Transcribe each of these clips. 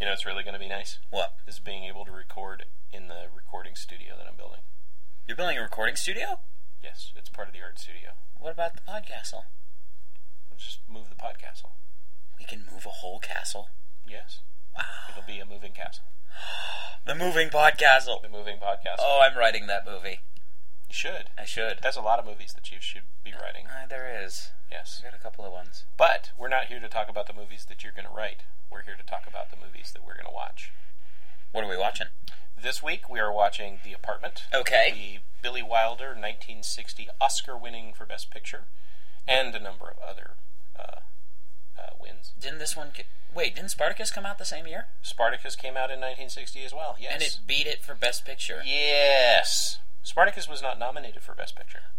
You know, it's really going to be nice What? is being able to record in the recording studio that I'm building. You're building a recording studio? Yes, it's part of the art studio. What about the podcastle? We'll just move the pod castle. We can move a whole castle. Yes, Wow. it'll be a moving castle. The moving podcastle. The moving pod castle. Oh, I'm writing that movie. You should. I should. There's a lot of movies that you should be writing. Uh, there is. Yes, I got a couple of ones. but we're not here to talk about the movies that you're going to write. We're here to talk about the movies that we're going to watch. What are we watching? This week we are watching The Apartment. Okay. the Billy Wilder 1960 Oscar winning for Best Picture, and a number of other uh, uh, wins. Didn't this one? Get... Wait, didn't Spartacus come out the same year? Spartacus came out in 1960 as well. Yes. And it beat it for Best Picture. yes. Spartacus was not nominated for Best Picture.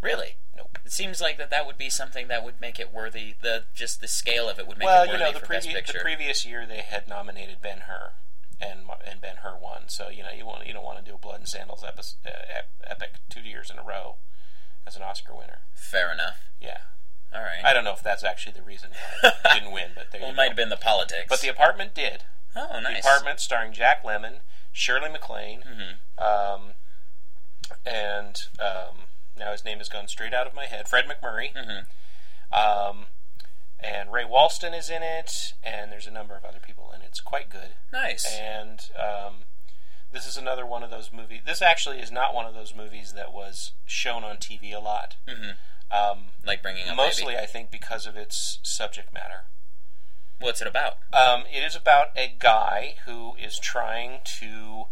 Really? Nope. It seems like that that would be something that would make it worthy. The just the scale of it would make well, it you worthy know, the, for Best previ- Picture. the previous year they had nominated Ben Hur, and Mar- and Ben Hur won. So you know you want you don't want to do a Blood and Sandals epi- uh, ep- epic two years in a row as an Oscar winner. Fair enough. Yeah, All right. I don't know if that's actually the reason why it didn't win, but there well, you it go. might have been the politics. But the apartment did. oh, nice. The Apartment starring Jack Lemmon, Shirley MacLaine, um, and um, now his name has gone straight out of my head. Fred McMurray, um, and Ray Walston is in it, and there's a number of other people, and it's quite good. Nice. And um, this is another one of those movies. This actually is not one of those movies that was shown on TV a lot. Um, like bringing up mostly, I think, because of its subject matter. What's it about? Um, it is about a guy who is trying to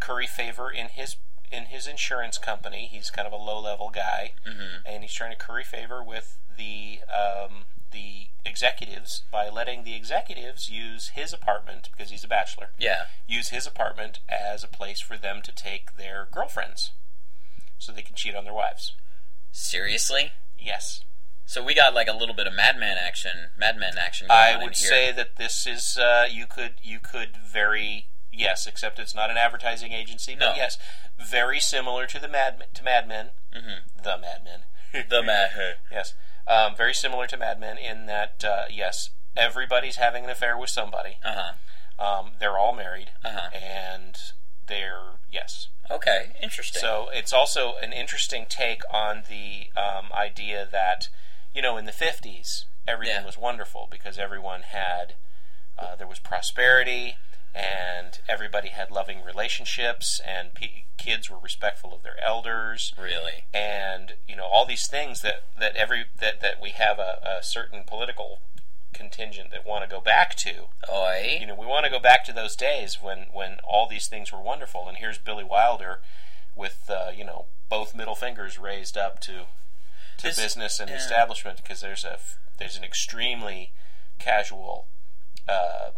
curry favor in his in his insurance company. He's kind of a low level guy, and he's trying to curry favor with the um, the executives by letting the executives use his apartment because he's a bachelor. Yeah. Use his apartment as a place for them to take their girlfriends, so they can cheat on their wives. Seriously? Yes, So we got like a little bit of Madman action, Madman action. Going I on in would here. say that this is uh, you could you could very yes, except it's not an advertising agency, but No. yes, very similar to the Mad to Mad Men, mm-hmm. the Mad Men, the Mad. yes, um, very similar to Mad Men in that uh, yes, everybody's having an affair with somebody. Uh huh. Um, they're all married, Uh-huh. and they're yes. Okay. Interesting. So it's also an interesting take on the um, idea that, you know, in the 50s, everything Yeah. was wonderful because everyone had, uh, there was prosperity and everybody had loving relationships and pe kids were respectful of their elders really. and, you know, all these things that, that every, that, that we have a, a certain political contingent that want to go back to Oi. you know, we want to go back to those days when when all these things were wonderful. And here's Billy Wilder with uh, you know both middle fingers raised up to to This- business and yeah. establishment because there's a f- there's an extremely casual uh,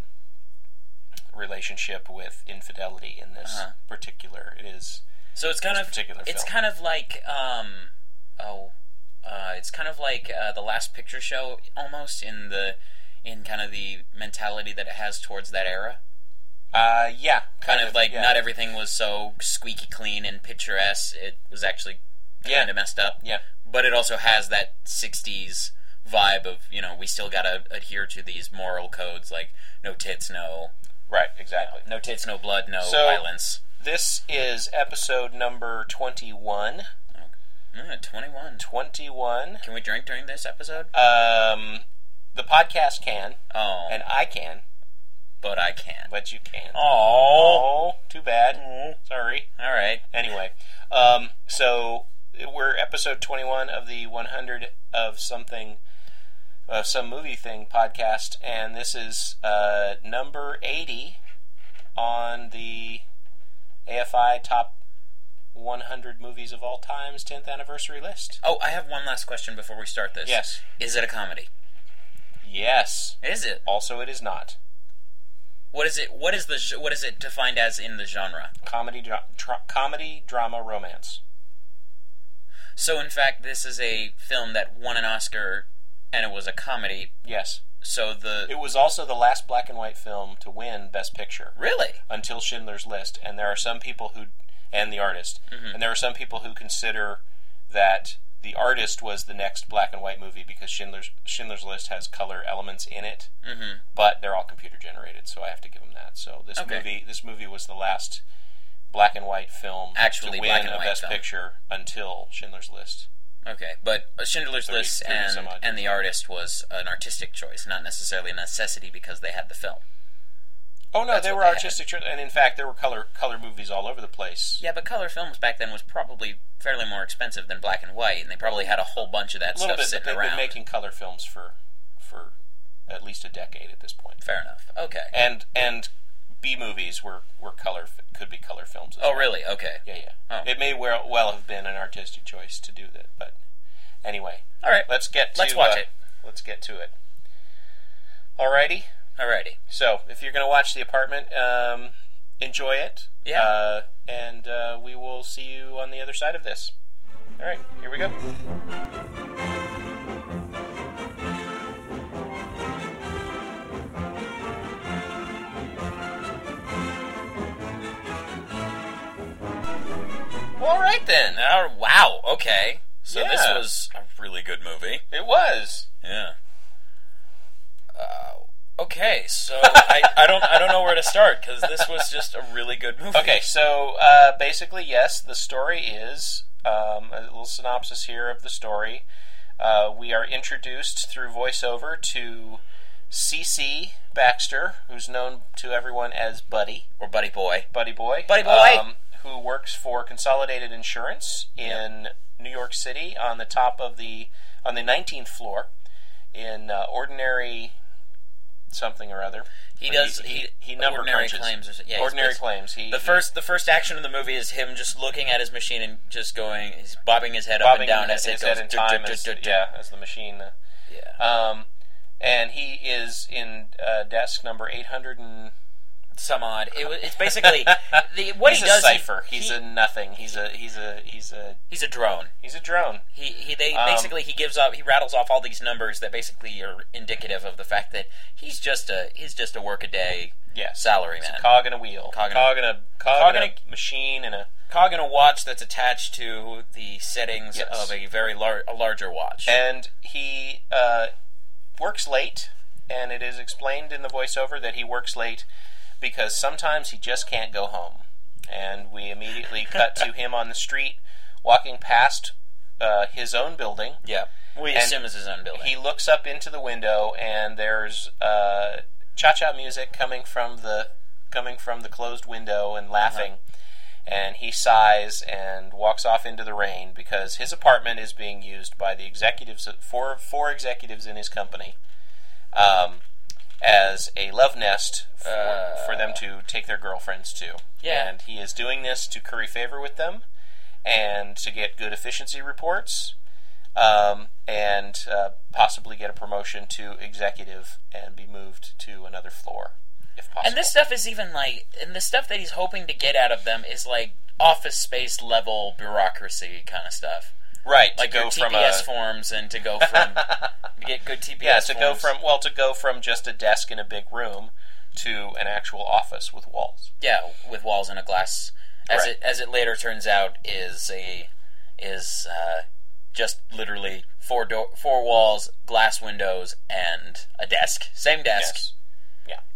relationship with infidelity in this Uh-huh. particular. It is So it's kind this of particular it's film. kind of like um oh uh it's kind of like uh, the last picture show almost in the in kind of the mentality that it has towards that era. uh, yeah, Kind, of, like yeah. not everything was so squeaky clean and picturesque. It was actually Yeah. kind of messed up. yeah. but it also has that 60s vibe of you know we still gotta adhere to these moral codes like no tits no Right, exactly. no tits no blood no So- violence This is episode number 21. mm, 21 21. can we drink during this episode Um, the podcast can, oh and I can, but i can't but you can't. oh Oh, too bad. Sorry. all right Anyway, um, so we're episode 21 of the 100 of something, of some movie thing podcast, and this is uh, number 80 on the AFI top 100 movies of all time's 10th anniversary list. oh i have one last question before we start this Yes. is it a comedy Yes. is it Also, it is not. what is it what is the ge- what is it defined as in the genre comedy, dra- tra- comedy, drama, romance. so in fact this is a film that won an oscar and it was a comedy Yes, so the it was also the last black and white film to win Best Picture really until Schindler's List, Mm-hmm. and there are some people who, and the artist, and there are some people who consider that the artist was the next black and white movie because Schindler's Schindler's List has color elements in it, Mm-hmm. but they're all computer generated, so I have to give them that. So this Okay. movie this movie was the last black and white film Actually to win black and a white Best film. Picture until Schindler's List. Okay, but uh, Schindler's 30 List 30 and some odd and the artist was an artistic choice, not necessarily a necessity because they had the film. Oh no, That's they what were they had. artistic, cho- and in fact, there were color color movies all over the place. Yeah, but color films back then was probably fairly more expensive than black and white, and they probably had a whole bunch of that a little bit, stuff but sitting they've been around. making color films for for at least a decade at this point. Fair enough. Okay. And and B movies were were color f- could be color films. As oh, well. really? Okay. Yeah, yeah. Oh. It may well well have been an artistic choice to do that, but anyway, All right. let's get to, Let's watch uh, it. Let's get to it. Alrighty. Alrighty. So if you're gonna watch The Apartment, um, enjoy it. Yeah. Uh, and uh, we will see you on the other side of this. All right, here we go. All right then. Uh, wow. Okay. So this Yeah. was a really good movie. It was. Yeah. Uh, okay. So I, I don't I don't know where to start because this was just a really good movie. Okay, so uh, basically, yes, the story is um, a little synopsis here of the story. Uh, we are introduced through voiceover to CC Baxter, who's known to everyone as Buddy, Or Buddy Boy. Buddy Boy, um, Buddy Boy! who works for Consolidated Insurance in New York City on the top of the on the 19th floor in uh, ordinary something or other. He But does. he, He, he number ordinary crunches. claims. Or, so- yeah, he's ordinary basi- claims. He The he- first, the first action in the movie is him just looking at his machine and just going, he's bobbing his head bobbing up and down his, as his it head goes. in "Dur, time dur, as, dur, dur, dur." yeah, as the machine. uh, Yeah. Um, and he is in uh, desk number 800 and... some odd. It was, it's basically the, what he's he a does. cipher. He, he's he- a nothing. He's a he's a he's a he's a drone. he's a drone. He, he they Um, basically he gives up. He rattles off all these numbers that basically are indicative of the fact that he's just a he's just a workaday Yes. salary It's man, a cog in a wheel. Cog in a- cog in a cog, cog in in a machine and a cog in a watch that's attached to the settings Yes. of a very lar- a larger watch. and he uh, works late. And it is explained in the voiceover that he works late because sometimes he just can't go home. And we immediately cut to him on the street walking past uh, his own building. yeah, we and assume is his own building. He looks up into the window, and there's uh, cha-cha music coming from the coming from the closed window Uh-huh. and laughing. And he sighs and walks off into the rain because his apartment is being used by the executives four four executives in his company um, as a love nest for, Uh. for them to take their girlfriends to. Yeah. And he is doing this to curry favor with them and to get good efficiency reports um, and uh, possibly get a promotion to executive and be moved to another floor if possible. And this stuff is even like, and the stuff that he's hoping to get out of them is like office space level bureaucracy kind of stuff, right like to go your from a TPS forms and to go from to get good TPS. yeah to go forms. from well to go from just a desk in a big room to an actual office with walls. yeah with walls and a glass, as Right. it as it later turns out is a is uh, just literally four door four walls, glass windows, and a desk, same desk.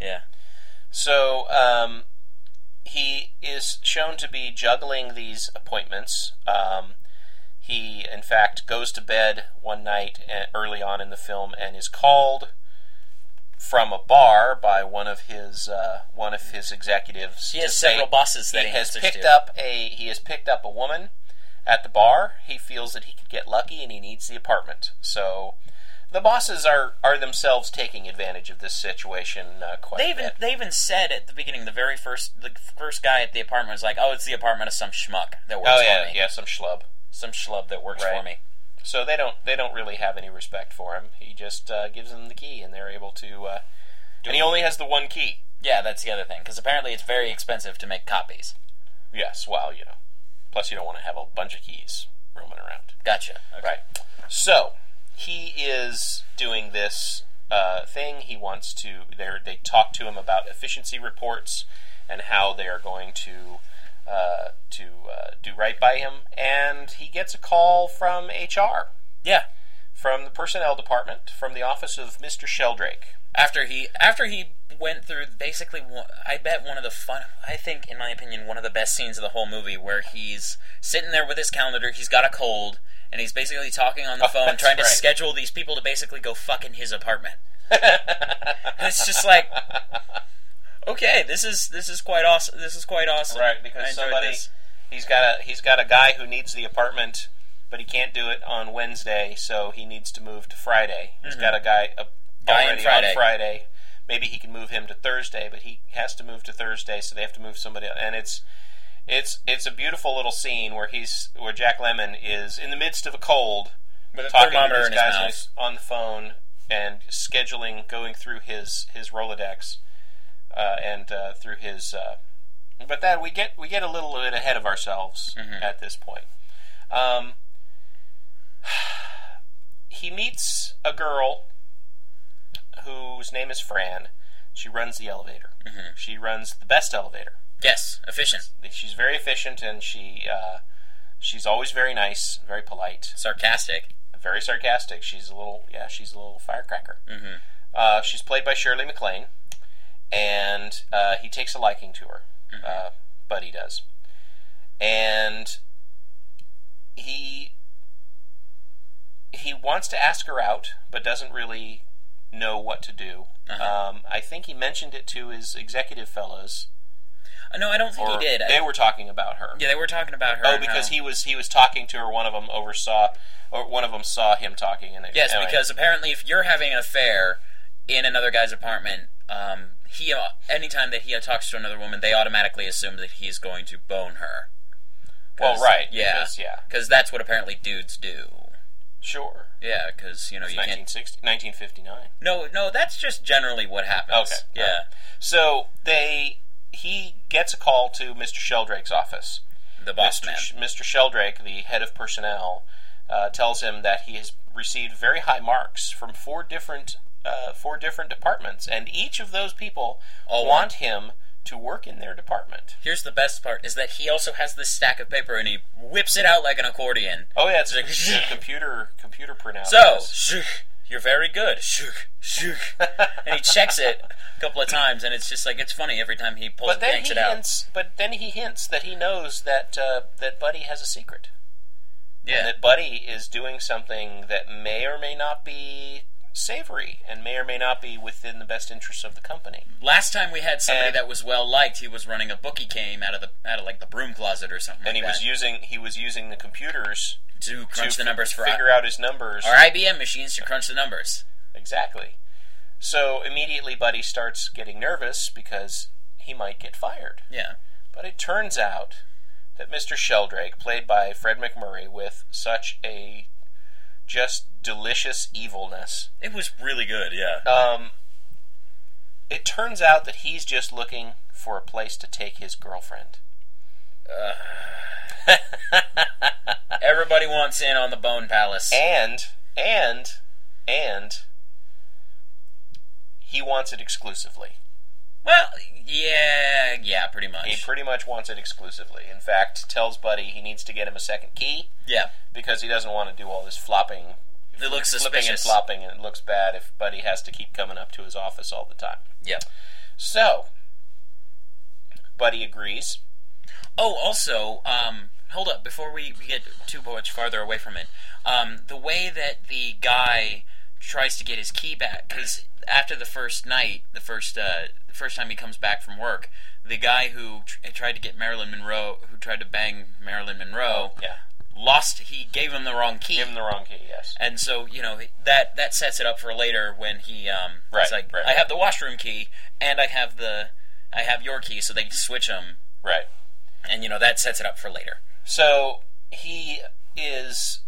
Yeah, So um, he is shown to be juggling these appointments. Um, he, in fact, goes to bed one night eh, early on in the film and is called from a bar by one of his uh, one of his executives. he to has say- several bosses that he, he has answers picked to. up a he has picked up a woman at the bar. He feels that he could get lucky and he needs the apartment. So the bosses are are themselves taking advantage of this situation uh, quite a They even bit. they even said at the beginning, the very first the first guy at the apartment was like, "Oh, it's the apartment of some schmuck that works Oh for yeah, me, yeah, some schlub. some schlub that works Right. for me." So they don't they don't really have any respect for him. He just uh, gives them the key, and they're able to. Uh, and he only has the one key. Yeah, that's the other thing because apparently it's very expensive to make copies. Yes, well, you know. Plus, you don't want to have a bunch of keys roaming around. Gotcha. Okay. Right. So he is doing this uh, thing. He wants to. They they talk to him about efficiency reports and how they are going to uh, to uh, do right by him, and he gets a call from HR, Yeah. from the personnel department, from the office of Mr. Sheldrake. After he after he went through basically one- I bet one of the fun I think in my opinion one of the best scenes of the whole movie where he's sitting there with his calendar, he's got a cold and he's basically talking on the Oh, phone that's trying to right. schedule these people to basically go fuck in his apartment. And it's just like okay, this is this is quite awesome. This is quite awesome. Right, I because enjoyed somebody this. he's got a he's got a guy who needs the apartment, but he can't do it on Wednesday, so he needs to move to Friday. He's got a guy, a, Mm-hmm. Guy on already Friday. on Friday. Maybe he can move him to Thursday, but he has to move to Thursday, so they have to move somebody. Else. And it's it's it's a beautiful little scene where he's where Jack Lemon is in the midst of a cold, with a talking to thermometer these in his guys mouth. on his- on the phone and scheduling, going through his his Rolodex uh, and uh, through his. Uh, but that we get we get a little bit ahead of ourselves Mm-hmm. at this point. Um, he meets a girl whose name is Fran. She runs the elevator. Mm-hmm. She runs the best elevator Yes, efficient, she's very efficient and she uh, she's always very nice, very polite, sarcastic. very sarcastic. She's a little yeah, she's a little firecracker. Mm-hmm. Uh, she's played by Shirley MacLaine, and uh, he takes a liking to her. Mm-hmm. Uh, Buddy does, and he he wants to ask her out, but doesn't really know what to do. Uh-huh. Um, I think he mentioned it to his executive fellows. Uh, No, I don't think Or he did. I- They were talking about her. yeah, they were talking about her. Oh, and because how- he was he was talking to her. One of them oversaw, or one of them saw him talking. And it- Yes, anyway. because apparently, if you're having an affair in another guy's apartment, um, he uh, anytime that he talks to another woman, they automatically assume that he's going to bone her. 'Cause- well, right, Yeah, because, yeah, because that's what apparently dudes do. sure. Yeah, because you know you can't. 1960, 1959. No, no, that's just generally what happens. Okay, Yeah. alright. So they he gets a call to Mr. Sheldrake's office. The boss Mr. man. Sh- Mr. Sheldrake, the head of personnel, uh, tells him that he has received very high marks from four different uh, four different departments, and each of those people All want him to work in their department. Here's the best part: is that he also has this stack of paper and he whips it out like an accordion. Oh yeah, it's a, it's a computer computer printout. So, Yes. shook, you're very good. Shook, shook. and he checks it a couple of times, and it's just like, it's funny every time he pulls But it, then yanks he it out. hints. But then he hints that he knows that uh, that Buddy has a secret, and yeah. that Buddy is doing something that may or may not be savory, and may or may not be within the best interests of the company. Last time we had somebody And- that was well liked, he was running a bookie came out of the out of like the broom closet or something. And he like was that using he was using the computers to to crunch the fi- numbers for figure out his numbers our IBM machines to crunch the numbers. exactly. So immediately, Buddy starts getting nervous because he might get fired. Yeah. But it turns out that Mr. Sheldrake, played by Fred McMurray, with such a just delicious evilness, It was really good. Yeah. um, it turns out that he's just looking for a place to take his girlfriend. Uh, Everybody wants in on the Bone Palace. And, and, and, he wants it exclusively. well, yeah, yeah, pretty He much. pretty much wants it exclusively. In fact, tells Buddy he needs to get him a second key yeah. because he doesn't want to do all this flopping It looks flipping and suspicious. flopping, and it looks bad if Buddy has to keep coming up to his office all the time. Yeah. So, Buddy agrees. Oh, also, um, hold up before we, we get too much farther away from it. Um, the way that the guy tries to get his key back because after the first night, the first uh, the first time he comes back from work, the guy who tr- tried to get Marilyn Monroe, who tried to bang Marilyn Monroe, Yeah, lost. He gave him the wrong key. give him the wrong key. Yes, and so you know that that sets it up for later when he um Right, it's like right. I have the washroom key and I have the I have your key so they switch them right. and you know that sets it up for later. So he is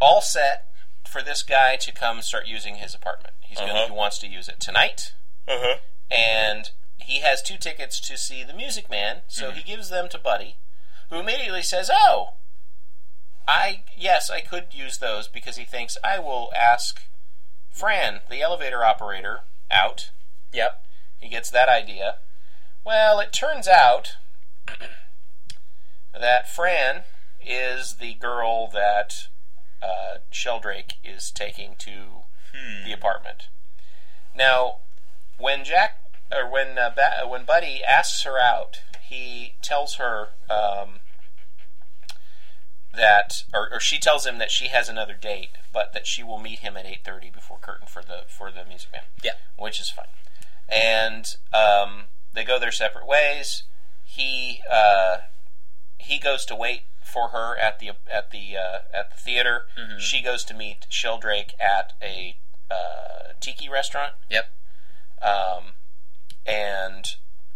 all set for this guy to come start using his apartment. He's gonna, Uh-huh. he wants to use it tonight, Uh huh. and he has two tickets to see the Music Man. So he gives them to Buddy, who immediately says, "Oh, I yes, I could use those because he thinks I will ask Fran, the elevator operator, out." Yep. He gets that idea. Well, it turns out that Fran is the girl that uh, Sheldrake is taking to the apartment. Now, when Jack or when uh, ba- when Buddy asks her out, he tells her um, that, or, or she tells him that she has another date, but that she will meet him at eight thirty before curtain for the for the music man Yeah. which is fine. And um, they go their separate ways. He uh, he goes to wait for her at the at the uh, at the theater. Mm-hmm. She goes to meet Sheldrake at a uh, tiki restaurant, Yep. um, and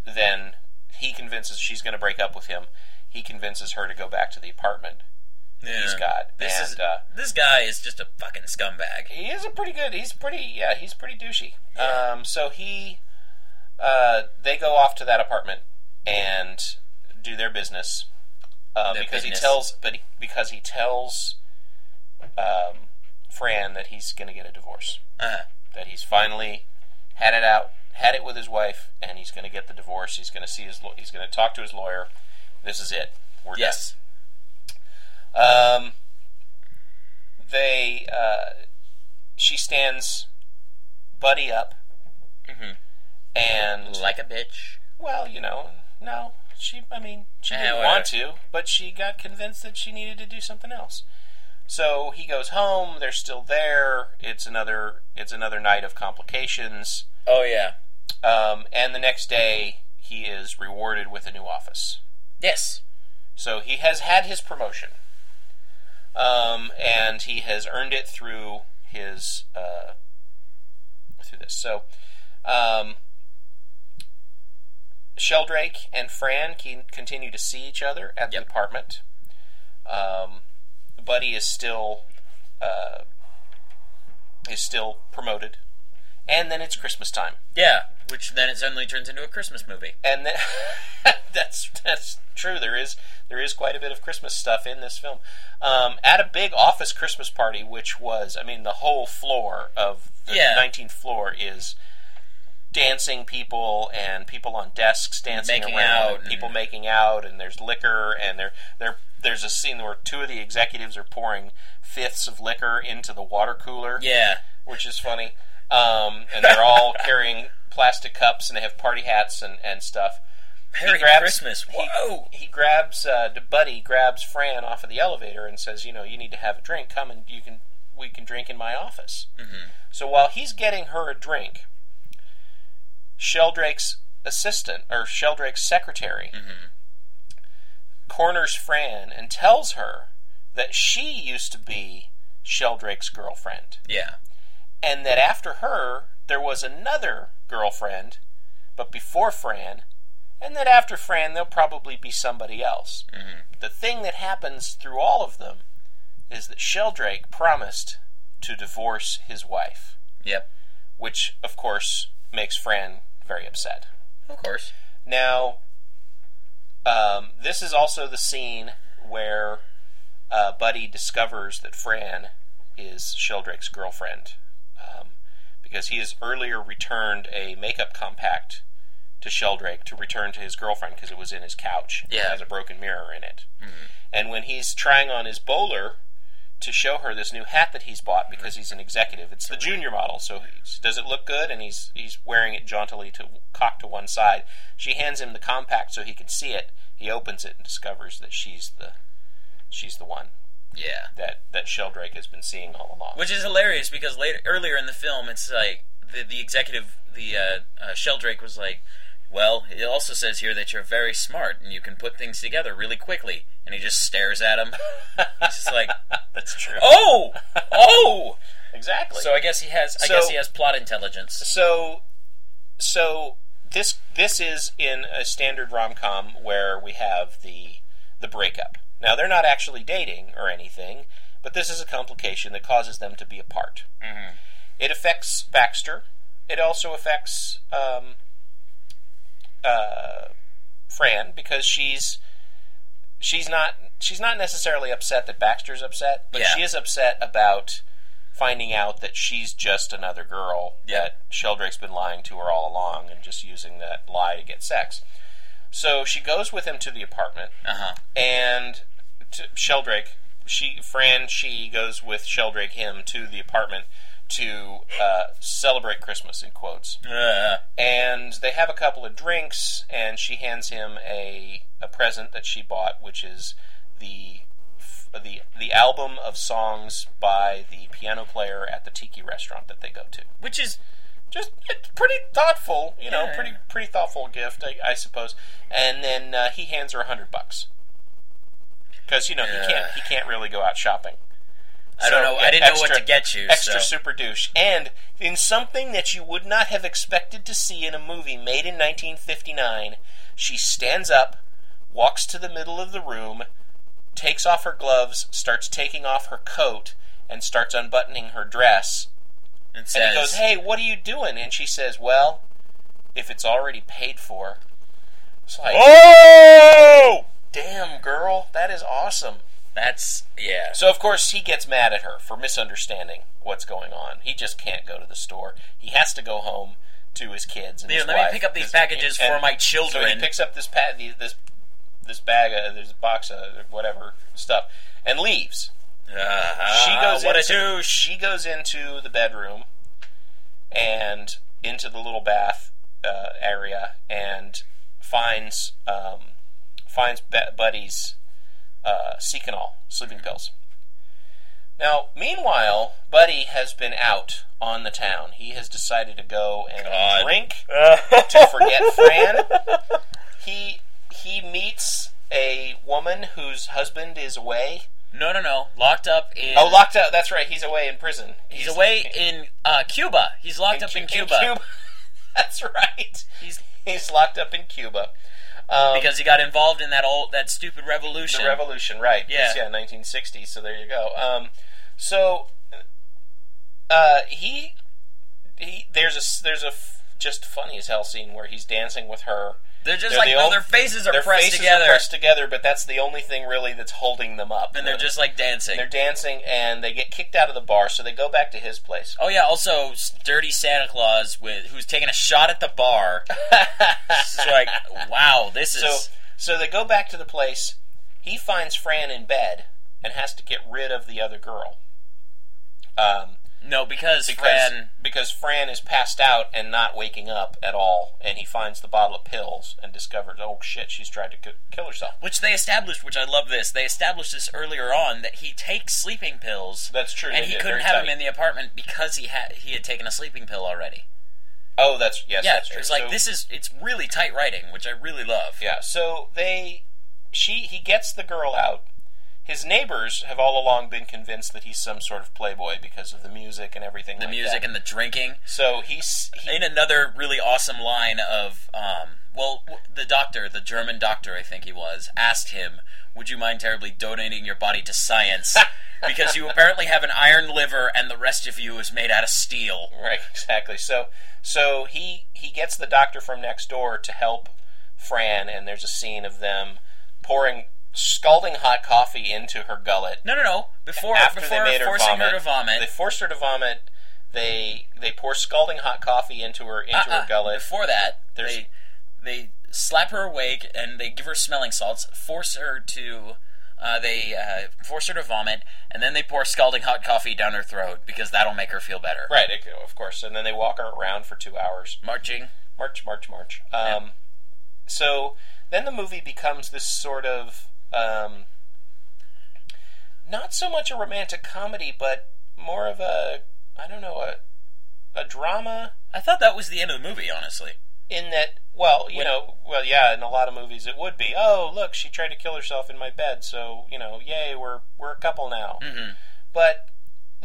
then he convinces she's going to break up with him. He convinces her to go back to the apartment Yeah. he's got, This and is uh, this guy is just a fucking scumbag. he is a pretty good. He's pretty. Yeah, he's pretty douchey. Um, so he, uh, they go off to that apartment and do their business. Uh, Their because business. he tells, but he, because he tells, um, Fran that he's going to get a divorce. Uh, That he's finally had it out, had it with his wife, and he's going to get the divorce. He's going to see his. law- He's going to talk to his lawyer. This is it. We're done. yes. Um, they, uh, she stands Buddy up, Mhm. and Like a bitch. well, you know, no, she. I mean, she Eh, didn't whatever. want to, but she got convinced that she needed to do something else. So he goes home. They're still there. It's another. It's another night of complications. Oh yeah. Um, and the next day, he is rewarded with a new office. Yes. So he has had his promotion, um, and he has earned it through his uh, through this. So, um, Sheldrake and Fran can continue to see each other at Yep. the apartment. Um, Buddy is still uh, is still promoted, and then it's Christmas time, Yeah. Which then it suddenly turns into a Christmas movie. and then. That's that's true. There is there is quite a bit of Christmas stuff in this film. Um, at a big office Christmas party, which was, I mean, the whole floor of the Yeah. 19th floor is dancing people and people on desks dancing Making around, out and and- people making out, and there's liquor, and there there there's a scene where two of the executives are pouring fifths of liquor into the water cooler Yeah. which is funny. Um, and they're all carrying plastic cups and they have party hats and, and stuff. Merry Christmas. Whoa. He, he grabs uh, Buddy grabs Fran off of the elevator and says, "You know, you need to have a drink. Come and you can we can drink in my office." Mm-hmm. So while he's getting her a drink, Sheldrake's assistant or Sheldrake's secretary Mm-hmm. corners Fran and tells her that she used to be Sheldrake's girlfriend Yeah. and that after her there was another girlfriend, but before Fran, and that after Fran there'll probably be somebody else. The thing that happens through all of them is that Sheldrake promised to divorce his wife, Yep. which of course makes Fran very upset. Of course. Now, um, this is also the scene where uh, Buddy discovers that Fran is Sheldrake's girlfriend um, because he has earlier returned a makeup compact to Sheldrake to return to his girlfriend because it was in his couch. and Yeah. It has a broken mirror in it. And when he's trying on his bowler to show her this new hat that he's bought because he's an executive, it's the junior model. So he's, does it look good? And he's he's wearing it jauntily to cocked to one side. She hands him the compact so he can see it. He opens it and discovers that she's the she's the one Yeah. that that Sheldrake has been seeing all along. Which is hilarious because later, earlier in the film, it's like the the executive, the uh, uh, Sheldrake was like, "Well, it also says here that you're very smart and you can put things together really quickly." And he just stares at him. It's just like, That's true. "Oh, oh." exactly. So I guess he has. I So- guess he has plot intelligence. So, so this this is in a standard rom com where we have the the breakup. Now they're not actually dating or anything, but this is a complication that causes them to be apart. It affects Baxter. It also affects um, uh, Fran because she's she's not she's not necessarily upset that Baxter's upset, but Yeah. she is upset about finding out that she's just another girl Yeah. that Sheldrake's been lying to her all along and just using that lie to get sex. So she goes with him to the apartment, Uh huh. and t Sheldrake, she Fran, she goes with Sheldrake him to the apartment to uh, celebrate Christmas in quotes. Uh, And they have a couple of drinks, and she hands him a a present that she bought, which is the f- the the album of songs by the piano player at the tiki restaurant that they go to which is just it's pretty thoughtful, you know, Yeah. pretty pretty thoughtful gift, I, I suppose. And then uh, he hands her a hundred bucks because you know he can't he can't really go out shopping. I So, don't know. yeah, I didn't know what extra- to get you. Extra so. super douche, and in something that you would not have expected to see in a movie made in 1959, she stands up, walks to the middle of the room, takes off her gloves, starts taking off her coat, and starts unbuttoning her dress. It And says, he goes, "Hey, what are you doing?" And she says, "Well, if it's already paid for." It's like, "Oh, damn girl, that is awesome. that's yeah." So of course he gets mad at her for misunderstanding what's going on. He just can't go to the store. He has to go home to his kids and Yeah, his let me wife, pick up these 'cause- packages and- for my So he children. picks up this pat the- this this bag, uh, this box, uh, whatever stuff, and leaves. uh-huh. she goes what into, a douche. She goes into the bedroom and into the little bath uh, area and finds um, finds Be- Buddy's uh, Secanol sleeping pills. Now, meanwhile, Buddy has been out on the town. He has decided to go and God. drink to forget Fran. He he meets a woman whose husband is away. No, no, no. Locked up in. Oh, locked up. That's right. He's away in prison. He's away in uh, Cuba. He's locked up in Cu- Cuba. That's right. He's He's locked up in Cuba. Um, because he got involved in that old that stupid revolution. the revolution, right? Yeah. yeah, 1960. So there you go. Um, so uh, he he there's a s- there's a f- just funny as hell scene where he's dancing with her. They're just They're like the no, old- their faces are Their pressed faces together, are pressed together, but that's the only thing really that's holding them up. and they're just like dancing. they're dancing, and they get kicked out of the bar, so they go back to his place. Oh yeah, also s- dirty Santa Claus with who's taking a shot at the bar. It's just like, wow, this is So, so they go back to the place. He finds Fran in bed and has to get rid of the other girl. Um, no because, because, Fran. because Fran is passed out and not waking up at all, and he finds the bottle of pills and discovers, oh shit, she's tried to ki- kill herself. Which they established, which I love this. They established this earlier on that he takes sleeping pills, That's true. and they he did. couldn't Very have tight. him in the apartment because he had he had taken a sleeping pill already. Oh, that's yes. Yeah, that's true. it's like So- this is it's really tight writing, which I really love. Yeah. So they, she, he gets the girl out. His neighbors have all along been convinced that he's some sort of playboy because of the music and everything. The like music that. and the drinking. so he's he In another really awesome line of, um, well, w- the doctor, the German doctor, I think he was, asked him, "Would you mind terribly donating your body to science?" Because you apparently have an iron liver, and the rest of you is made out of steel. Right, exactly. So so he he gets the doctor from next door to help Fran and there's a scene of them pouring scalding hot coffee into her gullet No, no, no. Before, after before they made her forcing vomit. her to vomit. uh, They forced her to vomit. They they pour scalding hot coffee into her into Uh-uh. her gullet. Before that, There's- they they slap her awake and they give her smelling salts, force her to. Uh, they uh, force her to vomit, and then they pour scalding hot coffee down her throat because that'll make her feel better. Right, it- of course. And then they walk her around for 2 hours. Marching. March, march, march. Um so then the movie becomes this sort of um not so much a romantic comedy, but more of a I don't know a a drama I thought that was the end of the movie, honestly. in that well you When- know well yeah in a lot of movies it would be oh look she tried to kill herself in my bed so you know yay we're we're a couple now Mm-hmm. but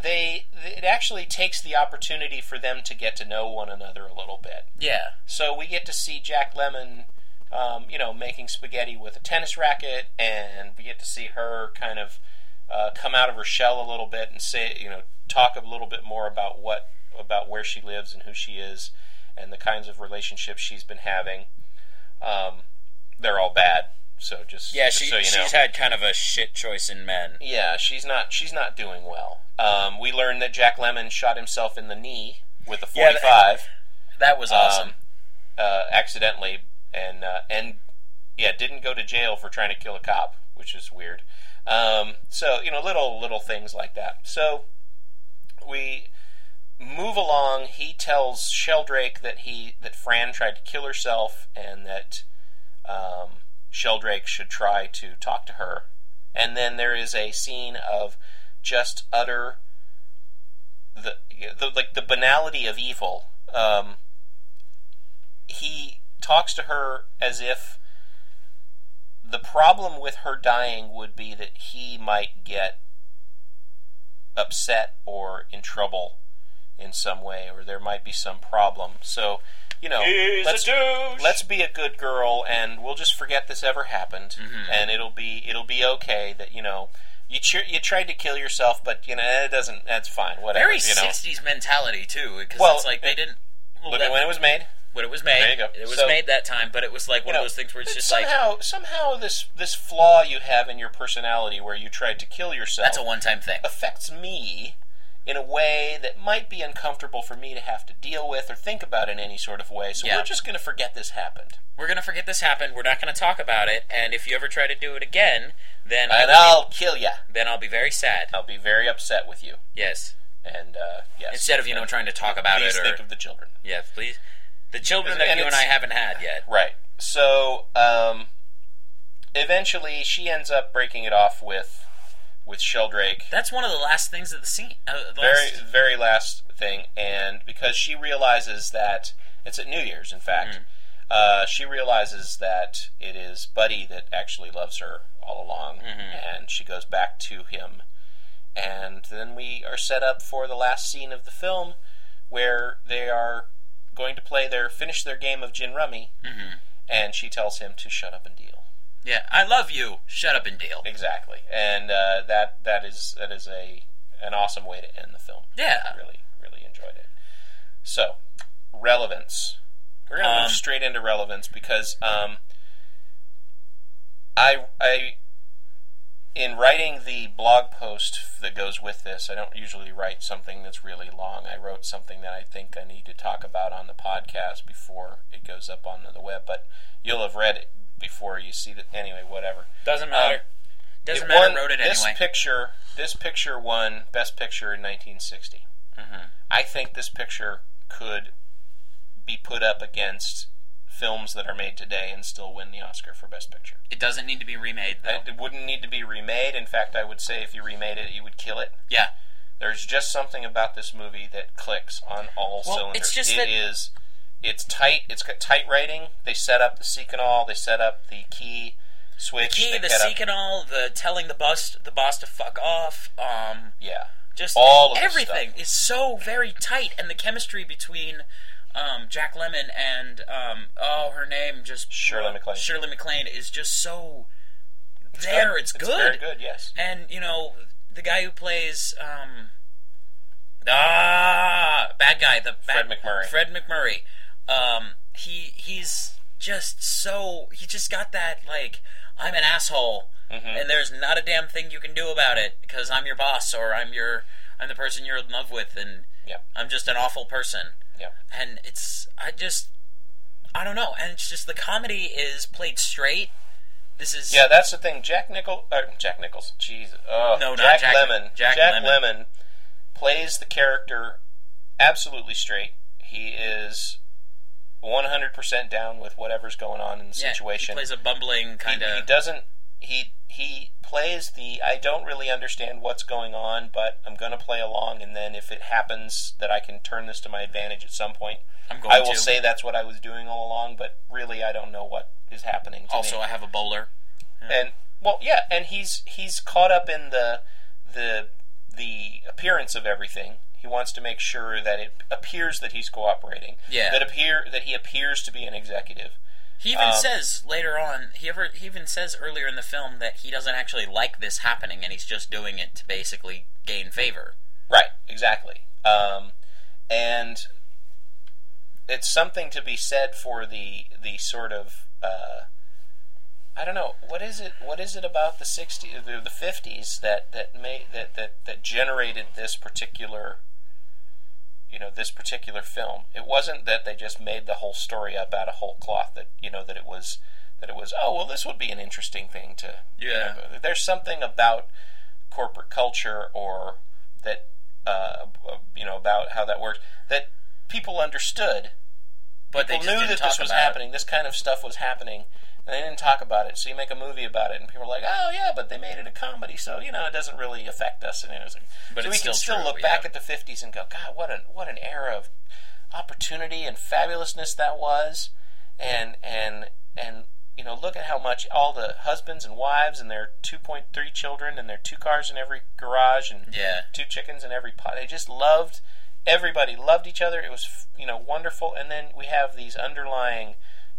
they it actually takes the opportunity for them to get to know one another a little bit Yeah. So we get to see Jack Lemon, um, you know, making spaghetti with a tennis racket, and we get to see her kind of uh, come out of her shell a little bit and say, you know, talk a little bit more about what about where she lives and who she is, and the kinds of relationships she's been having. Um, they're all bad. So just Yeah, just she, so you know. she's had kind of a shit choice in men. yeah, she's not she's not doing well. Um, we learned that Jack Lemon shot himself in the knee with a Yeah, forty-five Um, that- That was awesome. um, uh, accidentally, and uh, and yeah, didn't go to jail for trying to kill a cop, which is weird. Um, so you know, little little things like that. So we move along. He tells Sheldrake that he that Fran tried to kill herself and that um, Sheldrake should try to talk to her. And then there is a scene of just utter the, the like the banality of evil. Um, he talks to her as if the problem with her dying would be that he might get upset or in trouble in some way, or there might be some problem. So, you know, He's let's a douche. let's be a good girl and we'll just forget this ever happened Mm-hmm. and it'll be it'll be okay that you know you cheer, you tried to kill yourself but you know it doesn't that's fine whatever Very you know 60s mentality, too, because Well, it's like they it- didn't. Well, look that- at when it was made when it was made, There you go. it was So- made that time, but it was like one you of know, those things where it's but just like, somehow somehow this this flaw you have in your personality where you tried to kill yourself that's a one time thing. affects me in a way that might be uncomfortable for me to have to deal with or think about in any sort of way so Yeah. we're just going to forget this happened We're going to forget this happened. We're not going to talk about it. And if you ever try to do it again, then I and will be- I'll kill ya. then I'll be very sad. I'll be very upset with you Yes. and uh, yes Instead of, you know, trying to talk about please it or. think of the children yeah, please. The children that And you and I it's- haven't had yet. Right. So um, eventually, she ends up breaking it off with with Sheldrake. That's one of the last things of the scene. Uh, the Very last- very last thing, and because she realizes that it's at New Year's, in fact, uh, she realizes that it is Buddy that actually loves her all along, and she goes back to him. And then we are set up for the last scene of the film, where they are going to play their finish their game of gin rummy, and she tells him to shut up and deal. yeah, I love you. Shut up and deal. Exactly, and uh, that that is that is a an awesome way to end the film. I Yeah. really really enjoyed it. So, relevance. We're gonna Um, move straight into relevance because um, I I in writing the blog post that goes with this, I don't usually write something that's really long. I wrote something that I think I need to talk about on the podcast before it goes up onto the web, but you'll have read it before you see that. Anyway, whatever. Doesn't Um, matter. Doesn't It matter. won- wrote it this anyway. picture, this picture won Best Picture in 1960. Mm-hmm. I think this picture could be put up against films that are made today and still win the Oscar for Best Picture. it doesn't need to be remade, though. It wouldn't need to be remade. In fact, I would say if you remade it, you would kill it. yeah. There's just something about this movie that clicks on all Well, cylinders. it's just It that- is- It's tight. It's got tight writing. They set up the seek and all. They set up the key switch. Key, they the set up- seek and all, the telling the boss, the boss to fuck off, um, Yeah. just All of this everything is so very tight, and the chemistry between um, Jack Lemon and um, oh, her name just Shirley MacLaine. Shirley MacLaine is just so there. It's good, very good. Yes. and you know the guy who plays um, ah bad guy, the Fred bad- McMurray. Fred McMurray. Um, he he's just so he just got that like I'm an asshole, Mm-hmm. and there's not a damn thing you can do about it because I'm your boss or I'm your I'm the person you're in love with, and Yep. I'm just an awful person. Yep. And it's I just I don't know, and it's just the comedy is played straight. This is Yeah, that's the thing. Jack Nichol, uh, Jack Nichols, Jesus, oh, No, not Jack, Jack- Lemon. Jack Lemmon. Lemon. plays the character absolutely straight. He is 100% down with whatever's going on in the yeah, situation. He plays a bumbling He- kind he, of doesn't. He he plays the I don't really understand what's going on, but I'm going to play along, and then if it happens that I can turn this to my advantage at some point, I'm going I will to. say that's what I was doing all along. But really, I don't know what is happening. To me also I have a bowler. and well yeah and he's he's caught up in the the the appearance of everything he wants to make sure that it appears that he's cooperating Yeah. that appear that he appears to be an executive He even Um, says later on. He ever he even says earlier in the film that he doesn't actually like this happening, and he's just doing it to basically gain favor. right exactly um, and it's something to be said for the the sort of uh, I don't know what is it what is it about the 60s the, the 50s that that made that, that that generated this particular you know this particular film it wasn't that they just made the whole story up out of whole cloth that you know that it was that it was, oh, well, this would be an interesting thing to. you Yeah. know, there's something about corporate culture or that, uh, you know, about how that works that people understood. But they People just knew didn't that talk this was about it. happening. This kind of stuff was happening. And they didn't talk about it. So you make a movie about it, and people are like, "Oh yeah, but they made it a comedy, so you know it doesn't really affect us." And it was like, But so it's we can still still true, look yeah. back at the '50s and go, "God, what an what an era of opportunity and fabulousness that was," and and and you know, look at how much all the husbands and wives and their 2.3 children and their two cars in every garage and Yeah. two chickens in every pot. They just loved everybody loved each other. It was f- you know wonderful. And then we have these underlying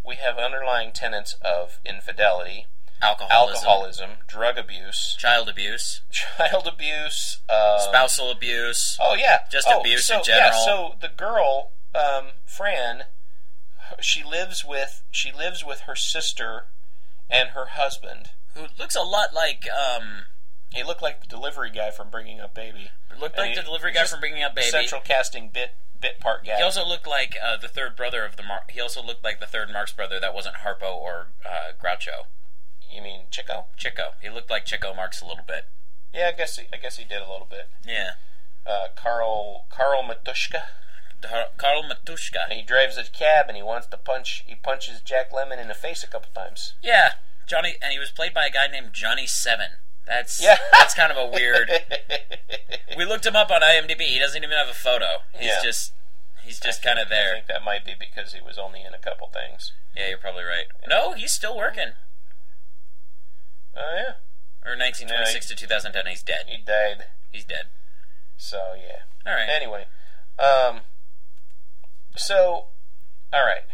we have underlying tenets of infidelity, Alcoholism. alcoholism, drug abuse, Child abuse. child abuse, um, Spousal abuse. Oh yeah, Just Oh, abuse so, in general. Yeah, so the girl, um, Fran, her- she lives with she lives with her sister and her husband. Who looks a lot like um He looked like the delivery guy from Bringing Up Baby, looked And like he- the delivery he's guy just from Bringing Up the Baby. central casting bit bit part guy. He also looked like uh, the third brother of the Mar- he also looked like the third Marx brother that wasn't Harpo or uh, Groucho. you mean Chico? Chico. He looked like Chico Marx a little bit. Yeah, I guess he, I guess he did a little bit. Yeah. Uh, Carl Carl Matushka. The Har- Karl Matushka. He drives a cab and he wants to punch. He punches Jack Lemon in the face a couple times. Yeah. Johnny and he was played by a guy named Johnny 7. That's Yeah. that's kind of a weird We looked him up on IMDb. He doesn't even have a photo. He's Yeah. just he's just I kind of think- I there. think that might be because he was only in a couple things. Yeah, you're probably right. No, he's still working. Oh yeah, Or 1926 to 2010, he's dead. he died. He's dead. So yeah. All right. Anyway, um, so all right,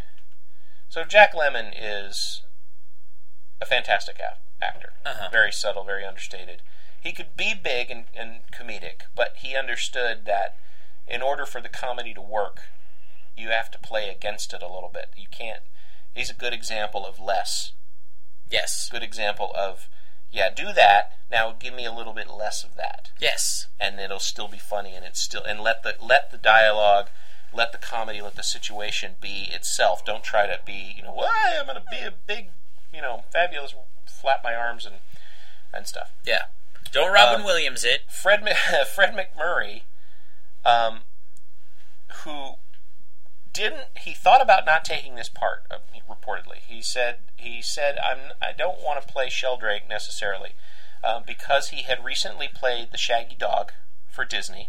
so Jack Lemon is a fantastic ac- actor, Uh-huh. very subtle, very understated. He could be big and, and comedic, but he understood that in order for the comedy to work, you have to play against it a little bit. You can't. He's a good example of less. yes. Good example of yeah, do that. Now give me a little bit less of that Yes. and it'll still be funny and it's still and let the let the dialogue let the comedy let the situation be itself don't try to be you know well i'm gonna be a big you know fabulous flap my arms and and stuff Yeah. Don't Robin Um, Williams it. fred Mc- fred mcmurray um who didn't he thought about not taking this part uh, reportedly he said he said i'm i don't want to play sheldrake necessarily um, because he had recently played the shaggy dog for disney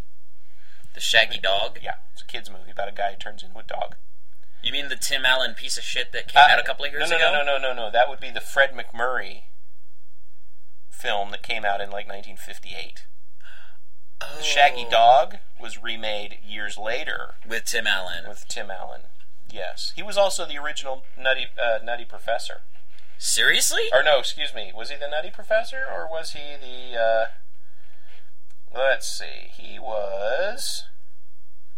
The Shaggy Dog. Yeah, it's a kids movie about a guy who turns into a dog. You mean the Tim Allen piece of shit that came out a couple of years Uh, no, no, ago? No, no, no, no, no. That would be the Fred McMurray film that came out in like 1958. Oh. The Shaggy Dog was remade years later With Tim Allen. with Tim Allen. Yes, he was also the original Nutty uh, Nutty Professor. Seriously? Or no, excuse me, was he the Nutty Professor or was he the? Uh, let's see, he was.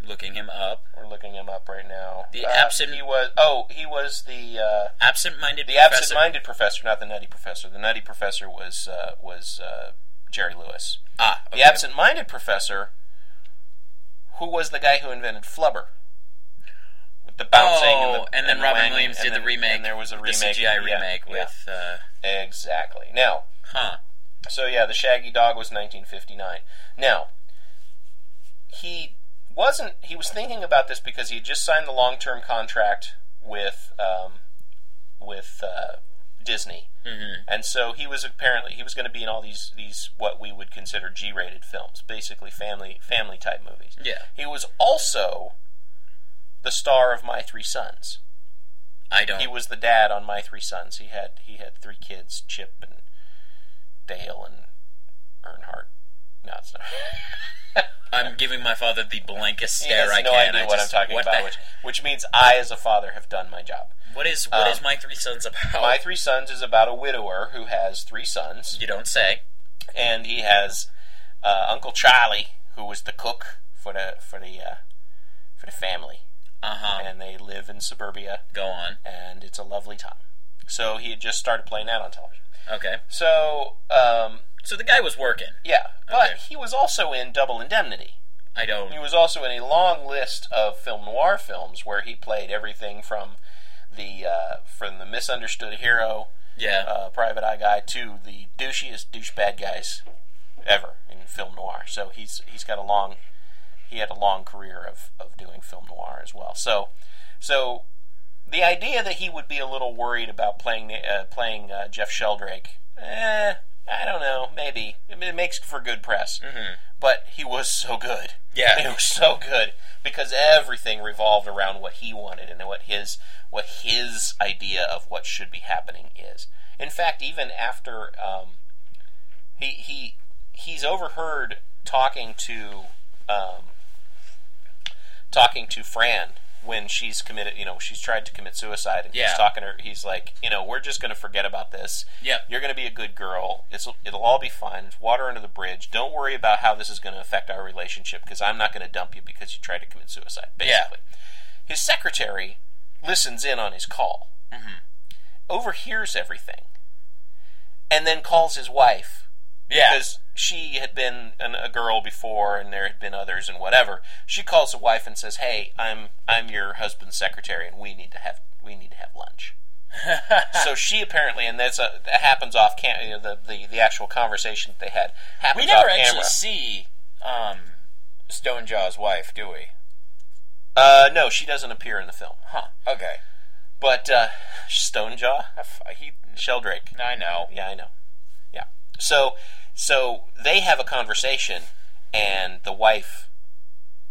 Looking him up. We're looking him up right now. The Uh, absent- He was. Oh, he was the. Uh, Absent-minded The professor. absent-minded professor, not the nutty professor. The nutty professor was uh, was uh, Jerry Lewis. Ah. The okay. absent-minded professor, who was the guy who invented Flubber, with the bouncing and, Oh, the, and then the Robin whanging, Williams and did then- the remake. And there was a remake, The CGI yeah, remake yeah. with, uh, exactly. Now, huh. so yeah, the Shaggy Dog was 1959. Now, he wasn't. He was thinking about this because he had just signed the long-term contract with um, with uh, Disney, Mm-hmm. and so he was apparently he was going to be in all these these what we would consider G-rated films, basically family family type movies. Yeah. He was also the star of My Three Sons. I don't. He was the dad on My Three Sons. He had he had three kids, Chip and Dale and Earnhardt. No, it's not. I'm giving my father the blankest He stare has I no can. idea I what just- I'm talking what about, the- which which means I, as a father, have done my job. what is what is Um, my three sons about? My Three Sons is about a widower who has three sons. you don't say. and he has uh, Uncle Charlie, who was the cook for the for the uh, for the family, Uh huh. and they live in suburbia, Go on. and it's a lovely time. So he had just started playing that on television. Okay. So um, So the guy was working. yeah, but Okay. he was also in Double Indemnity. I don't. He was also in a long list of film noir films where he played everything from the uh, from the misunderstood hero, Yeah. uh, private eye guy, to the douchiest douchebag guys ever in film noir. So he's he's got a long he had a long career of, of doing film noir as well. So so the idea that he would be a little worried about playing uh, playing uh, Jeff Sheldrake, eh, I don't know, maybe I mean, it makes for good press. Mm-hmm. But he was so good. Yeah. He was so good because everything revolved around what he wanted and what his what his idea of what should be happening is. In fact, even after um, he he he's overheard talking to um, talking to Fran when she's committed, you know, she's tried to commit suicide, and Yeah. he's talking to her. He's like, you know, we're just going to forget about this. Yep. You're going to be a good girl. It's, it'll all be fine. It's water under the bridge. Don't worry about how this is going to affect our relationship because I'm not going to dump you because you tried to commit suicide. Basically, his secretary listens in on his call, overhears everything, and then calls his wife Yeah. because she had been an, a girl before, and there had been others, and whatever. She calls the wife and says, "Hey, I'm I'm your husband's secretary, and we need to have we need to have lunch." so she apparently, and that's a, that happens off cam- you know, the, the the actual conversation that they had happens We never off actually camera. see um, Stonejaw's wife, do we? Uh, no, she doesn't appear in the film. Huh. Okay. But uh, Stonejaw, He, Sheldrake. I know. Yeah, I know. Yeah. So so they have a conversation, and the wife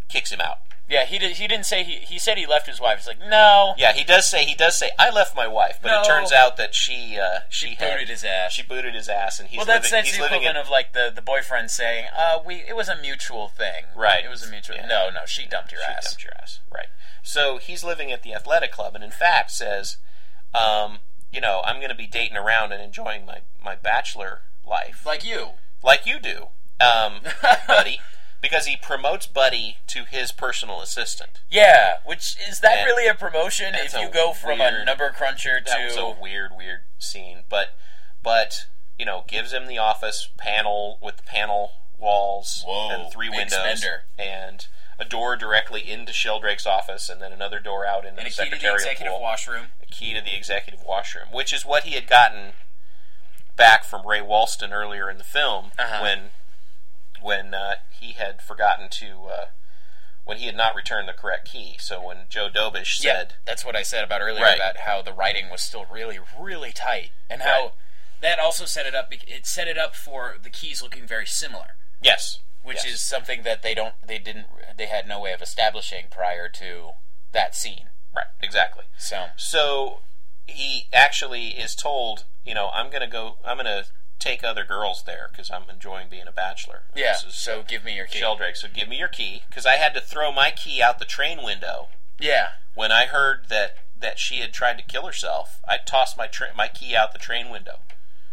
kicks him out. Yeah, he did. He didn't say he. He said he left his wife. It's like no. Yeah, he does say he does say I left my wife, but No. it turns out that she uh, she, had, booted his ass. She booted his ass, and he's well, that's living, that's he's the living in equivalent of like the, the boyfriend saying, "Uh, we it was a mutual thing, Right. It was a mutual. Yeah. No, no, she dumped your she ass. dumped your ass, right? So he's living at the athletic club, and in fact says, um, you know, I'm going to be dating around and enjoying my my bachelor life Like you, like you do, um, buddy, because he promotes Buddy to his personal assistant. yeah. Which is that And- really a promotion if That's you a go from a weird- number cruncher that was a to weird, weird scene. But, but you know, gives him the office panel with the panel walls Whoa, and three big windows spender. and a door directly into Sheldrake's office, and then another door out into and the a key to the secretarial executive pool. washroom? a key to the executive washroom, which is what he had gotten back from Ray Walston earlier in the film Uh-huh. when when uh, he had forgotten to. Uh, when he had not returned the correct key, so when Joe Dobish said, that's what I said about earlier Right. about how the writing was still really, really tight, and how Right. that also set it up. bec- It set it up for the keys looking very similar, "Yes, which Yes. is something that they don't, they didn't, they had no way of establishing prior to that scene. right, exactly." So So he actually is told, you know, I'm gonna go, I'm gonna take other girls there because I'm enjoying being a bachelor. And yeah, this is so give me your key. Sheldrake. So give me your key because I had to throw my key out the train window Yeah, when I heard that that she had tried to kill herself. I tossed my tra- my key out the train window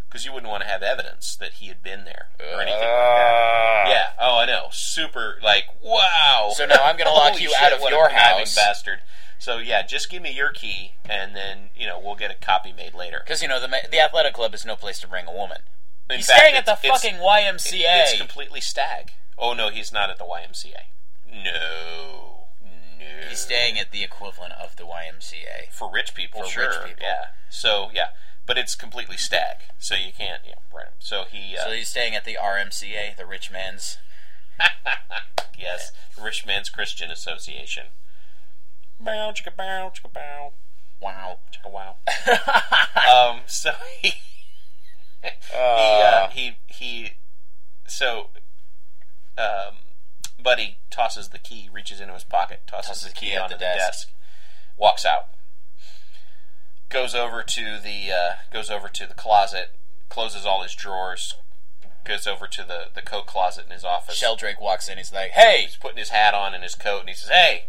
because you wouldn't want to have evidence that he had been there or anything like that. Uh. Yeah. Oh, I know. Super. Like, wow. So now I'm gonna lock Holy you shit, out of what a your conniving house. bastard. So yeah, just give me your key, and then you know we'll get a copy made later. because you know the ma- the athletic club is no place to bring a woman. In He's fact, staying at the it's- it's- fucking YMCA. It's completely stag. Oh no, he's not at the YMCA. No, no. He's staying at the equivalent of the YMCA. for rich people. For sure. rich people. Yeah. So yeah, but it's completely stag. So you can't. Yeah. Right. So he. Uh, So he's staying at the RMCA, the rich man's. yes, the Rich Man's Christian Association. Bow chicka bow chicka bow Wow. chicka Oh, wow. um. So he. he, uh, he he so um, buddy tosses the key reaches into his pocket tosses, the key, at onto the the desk. desk. walks out goes over to the uh, goes over to the closet closes all his drawers goes over to the the coat closet in his office Sheldrake walks in. He's like, "Hey, he's putting his hat on and his coat and he says hey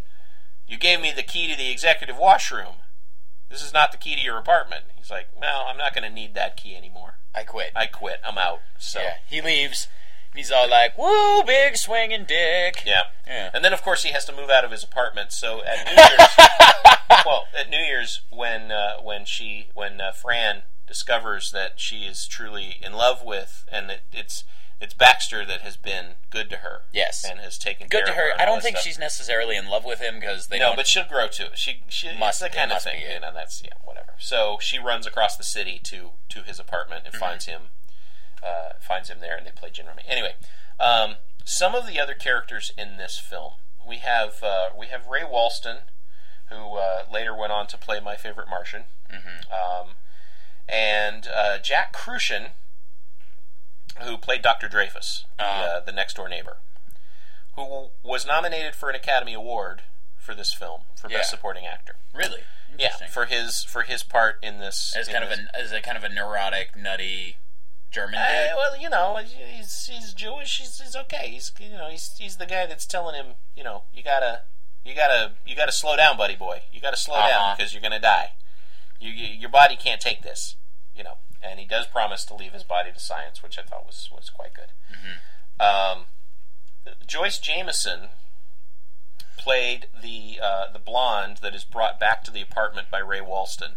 you gave me the key to the executive washroom this is not the key to your apartment he's like well i'm not going to need that key anymore I quit." i quit i'm out so Yeah. He leaves. and He's all like, "Woo, big swinging dick." Yeah. Yeah. And then, of course, he has to move out of his apartment. So at New Year's, well, at New Year's, when uh, when she when uh, Fran discovers that she is truly in love with, and that it's it's Baxter that has been good to her Yes. and has taken care Good to of her. and I all don't that think stuff. she's necessarily in love with him because they no, don't. but she'll grow to it. She she Must- it's the kind of it must thing, be it. you know. That's yeah, whatever. So she runs across the city to to his apartment and finds him, uh, finds him there, and they play gin rummy. Anyway, um, some of the other characters in this film we have uh, we have Ray Walston, who uh, later went on to play my favorite Martian, um, and uh, Jack Crucian, who played Dr. Dreyfus, the, uh, the next door neighbor, who was nominated for an Academy Award for this film for Yeah. Best Supporting Actor. really. Yeah, Interesting. for his for his part in this. as in kind of this- a as a kind of a neurotic, nutty German dude. Uh, well, you know, he's he's Jewish. He's, he's okay. He's you know he's he's the guy that's telling him you know you gotta you gotta you gotta slow down, buddy boy. You gotta slow down down Uh-huh. because you're gonna die. You, you your body can't take this, you know. And he does promise to leave his body to science, which I thought was was quite good. Um, Joyce Jameson played the uh, the blonde that is brought back to the apartment by Ray Walston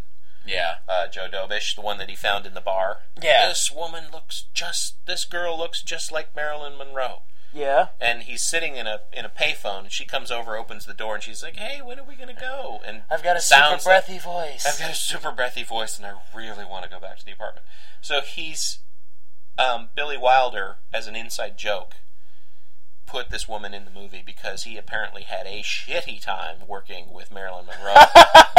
yeah. uh, Joe Dobish, the one that he found in the bar. Yeah. This woman looks just. This girl looks just like Marilyn Monroe. Yeah. And he's sitting in a in a payphone, and she comes over, opens the door, and she's like, "Hey, when are we gonna go?" And sounds like- voice. I've got a super breathy voice, and I really want to go back to the apartment. So he's um, Billy Wilder as an inside joke put this woman in the movie because he apparently had a shitty time working with Marilyn Monroe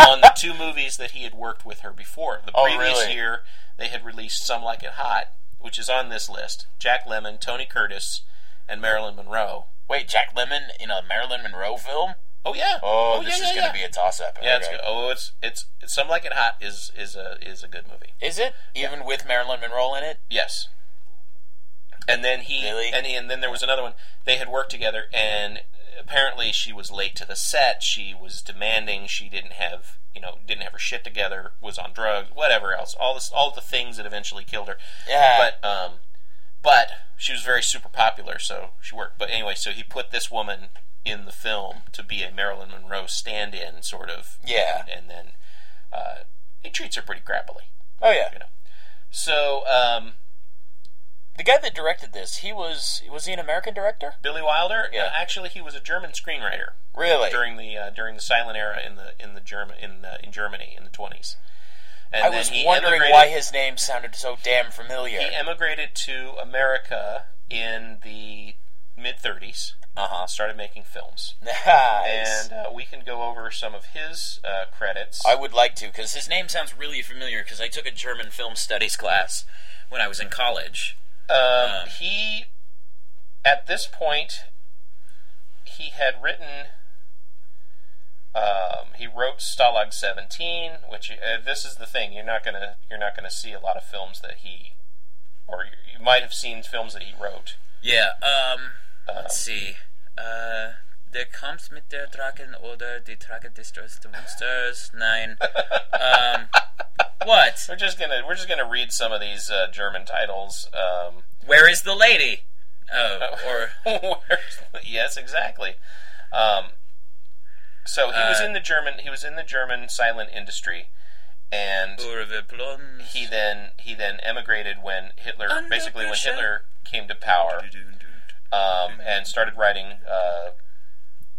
on the two movies that he had worked with her before. The previous Oh, really? year, they had released Some Like It Hot, which is on this list. Jack Lemmon, Tony Curtis, and Marilyn Monroe. Wait, Jack Lemon in a Marilyn Monroe film? Oh yeah. Oh, this is yeah, yeah, gonna yeah. be a toss up. Yeah, it's good. Oh, it's it's it's Some Like It Hot is is a is a good movie. Is it even with Marilyn Monroe in it? Yes. And then he Really? and he, and then there was another one. They had worked together, and apparently she was late to the set. She was demanding. She didn't have you know didn't have her shit together. Was on drugs, whatever else. All this, all the things that eventually killed her. Yeah. But um, but she was very super popular, so she worked. But anyway, so he put this woman in the film to be a Marilyn Monroe stand-in, sort of. Yeah. And then uh, he treats her pretty crappily. Oh yeah. So um, The guy that directed this, he was was he an American director? Billy Wilder. Yeah. Uh, actually, he was a German screenwriter Really? during the uh, during the silent era in the in the German in the, in Germany in the twenties. And I then was he wondering emigrated- why his name sounded so damn familiar. he emigrated to America in the mid thirties. Uh huh. Started making films, Nice. and uh, we can go over some of his uh, credits. I would like to because his name sounds really familiar because I took a German film studies class when I was in college. Um, he, at this point, he had written. Um, he wrote Stalag 17, which uh, this is the thing you're not gonna you're not gonna see a lot of films that he, or you, you might have seen films that he wrote. Yeah. Um. let's see. Uh. Der Kampf mit der Drachen oder die Drache des größten Monsters. Nein. Um. What? We're just gonna we're just gonna read some of these uh, German titles. Um, Where is the lady? Oh, or Where's the- yes, exactly. Um, so he was in the German he was in the German silent industry, and Urve Blond. he then he then emigrated when Hitler basically when Hitler came to power um, and started writing uh,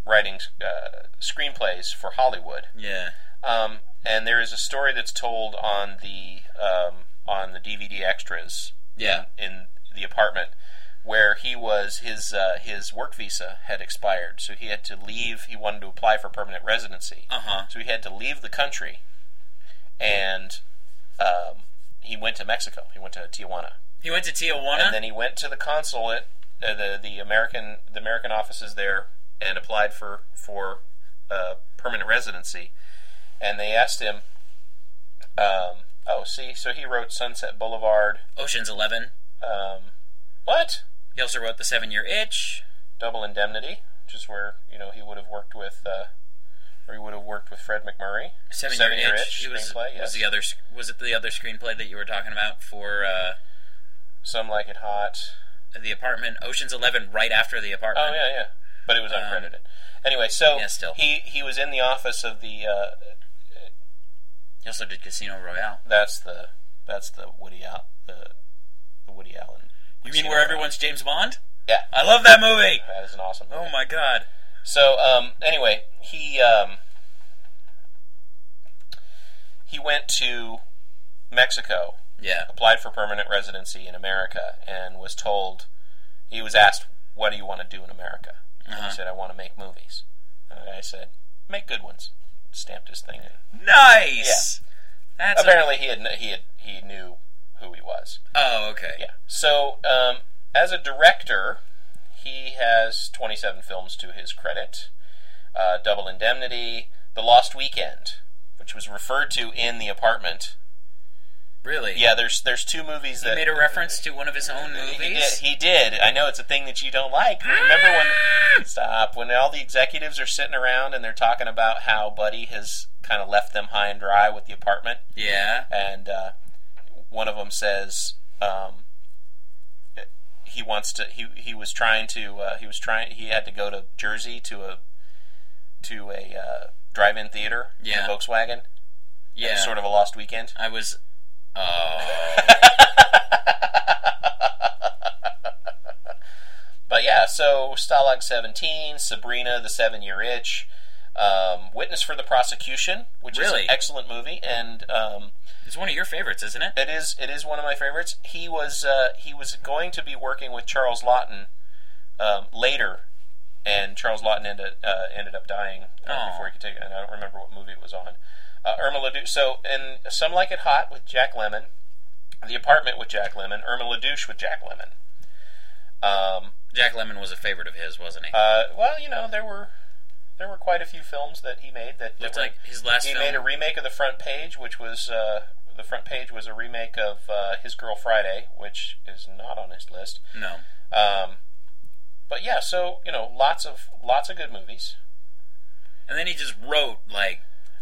writing uh, screenplays for Hollywood. Yeah. Um, and there is a story that's told on the um, on the DVD extras Yeah. in the apartment where he was his uh, his work visa had expired, so he had to leave. He wanted to apply for permanent residency, Uh huh. so he had to leave the country, and um, he went to Mexico. He went to Tijuana, He went to Tijuana. and then he went to the consulate, uh, the the American the American offices there, and applied for for uh, permanent residency, and they asked him. Um, oh, see, so he wrote Sunset Boulevard. Ocean's Eleven. Um, what? He also wrote The Seven Year Itch. Double Indemnity, which is where you know he would have worked with, uh, or he would have worked with Fred McMurray. Seven, Seven Year, Year Itch. Itch It was, screenplay, yes. was the other. sc- Was it the other screenplay that you were talking about for uh, Some like it hot. the apartment? Ocean's Eleven, right after the apartment. Oh yeah, yeah. But it was uncredited. anyway, so Um, yeah, still. he he was in the office of the. Uh, He also did Casino Royale. that's the that's the Woody Al the the Woody Allen. You seen mean it where all. everyone's James Bond? Yeah. I love that movie. That is an awesome movie. Oh my god. So um, anyway, he um, he went to Mexico, Yeah. applied for permanent residency in America, and was told he was asked, "What do you want to do in America?" And Uh-huh. he said, "I want to make movies." And the guy said, "Make good ones." Stamped his thing. In. Nice. That's a- Apparently, he had kn- he had he knew who he was. oh okay. Yeah. So um, as a director, he has 27 films to his credit. Uh, Double Indemnity, The Lost Weekend, which was referred to in the apartment. Really? Yeah, there's there's two movies He that made a reference to one of his own he movies. Ah! did- He did. I know it's a thing that you don't like. but Remember when? Stop. When all the executives are sitting around and they're talking about how Buddy has kind of left them high and dry with the apartment Yeah. and uh, one of them says um, he wants to. He he was trying to. Uh, he was trying. He had to go to Jersey to a to a uh, drive-in theater in Yeah. a Volkswagen. It Yeah. was sort of a lost weekend. I was. Oh. But yeah, so Stalag 17, Sabrina, The Seven Year Itch, um, Witness for the Prosecution, which is Really? an excellent movie, and um, It's one of your favorites, isn't it? It is. It is one of my favorites. He was. Uh, he was going to be working with Charles Lawton um, later, and Charles Lawton ended uh, ended up dying uh, Aw. before he could take it. And I don't remember what movie it was on. Uh, Irma LaDouche. So in Some Like It Hot with Jack Lemmon, The Apartment with Jack Lemmon, Irma LaDouche with Jack Lemmon. Um, Jack Lemon was a favorite of his, wasn't he? uh, well, you know there were there were quite a few films that he made that, that Looked were- like his last he film. made a remake of the front page, which was uh, the front page was a remake of uh, His Girl Friday, which is not on his list. no. Um, but yeah, so you know, lots of lots of good movies. And then he just wrote like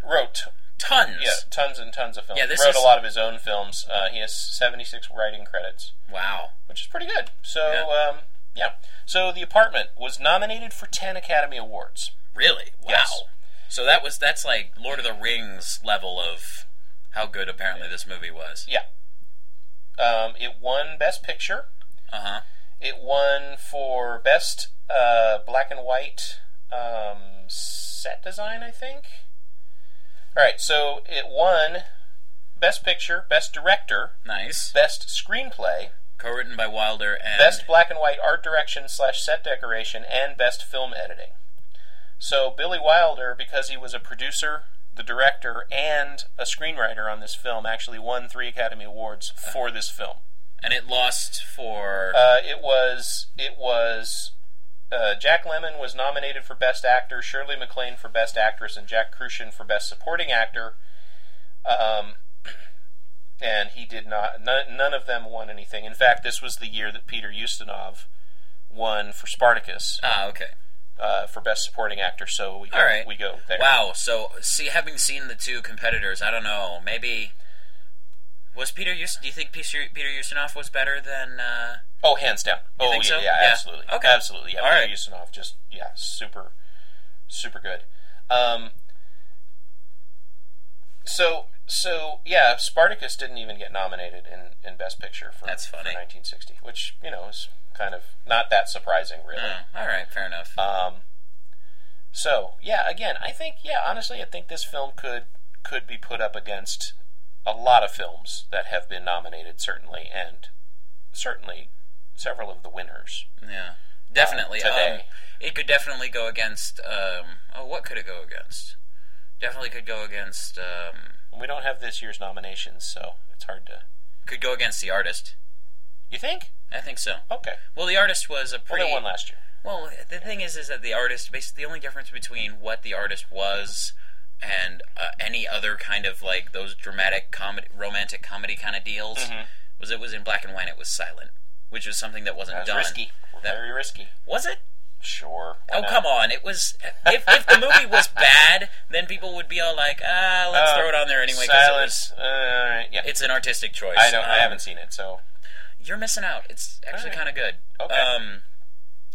Wrote tons. yeah, tons and tons of films. Yeah, this wrote is- a lot of his own films. Uh, he has seventy six writing credits, Wow. which is pretty good. So um, yeah, so The Apartment was nominated for ten Academy Awards. Really? Wow. Yes. So that was that's like Lord of the Rings level of how good apparently this movie was. Yeah, um, it won Best Picture. Uh huh. It won for best uh, black and white um, set design, I think. All right, so it won best picture, best director, Nice. best screenplay, Co-written by Wilder and best black and white art direction slash set decoration, and best film editing. So Billy Wilder, because he was a producer, the director, and a screenwriter on this film, actually won three Academy Awards for this film. and it lost for Uh, it was it was uh, Jack Lemmon was nominated for Best Actor, Shirley MacLaine for Best Actress, and Jack Crucian for Best Supporting Actor. Um, and he did not. None, none of them won anything. In fact, this was the year that Peter Ustinov won for Spartacus Ah, okay. uh, for Best Supporting Actor. So we go, All right. we go there. Wow. So, see, having seen the two competitors, I don't know. Maybe was Peter. Us- do you think Peter Peter Ustinov was better than? Uh, Oh, hands down. oh, think yeah, so? yeah, Yeah. absolutely. Okay. Absolutely. Yeah, All Peter right. Ustinov just, yeah, super, super good. Um, so, so yeah, Spartacus didn't even get nominated in, in Best Picture for, That's funny. for 1960, which, you know, is kind of not that surprising, really. oh, all right. Fair enough. Um, so yeah, again, I think yeah, honestly, I think this film could could be put up against a lot of films that have been nominated, certainly, and certainly several of the winners. yeah. Definitely. uh, today. Um, it could definitely go against. Um, oh, what could it go against? Definitely could go against. Um, And we don't have this year's nominations, so it's hard to. could go against the artist. You think? I think so. Okay. Well, the artist was a Well, pretty. they won last year. Well, the thing is, is that the artist basically the only difference between what the artist was and uh, any other kind of like those dramatic comedy, romantic comedy kind of deals Mm-hmm. was it was in black and white. It was silent, which was something that wasn't That was done. risky. That- Very risky. Was it? Sure. Oh come on! It was. If, if the movie was bad, then people would be all like, "Ah, let's throw it on there anyway." 'cause it was- Uh, Silence. Uh, all right, yeah. it's an artistic choice. I don't. I Um, haven't seen it, so you're missing out. It's actually Alright. kind of good. Okay. Um,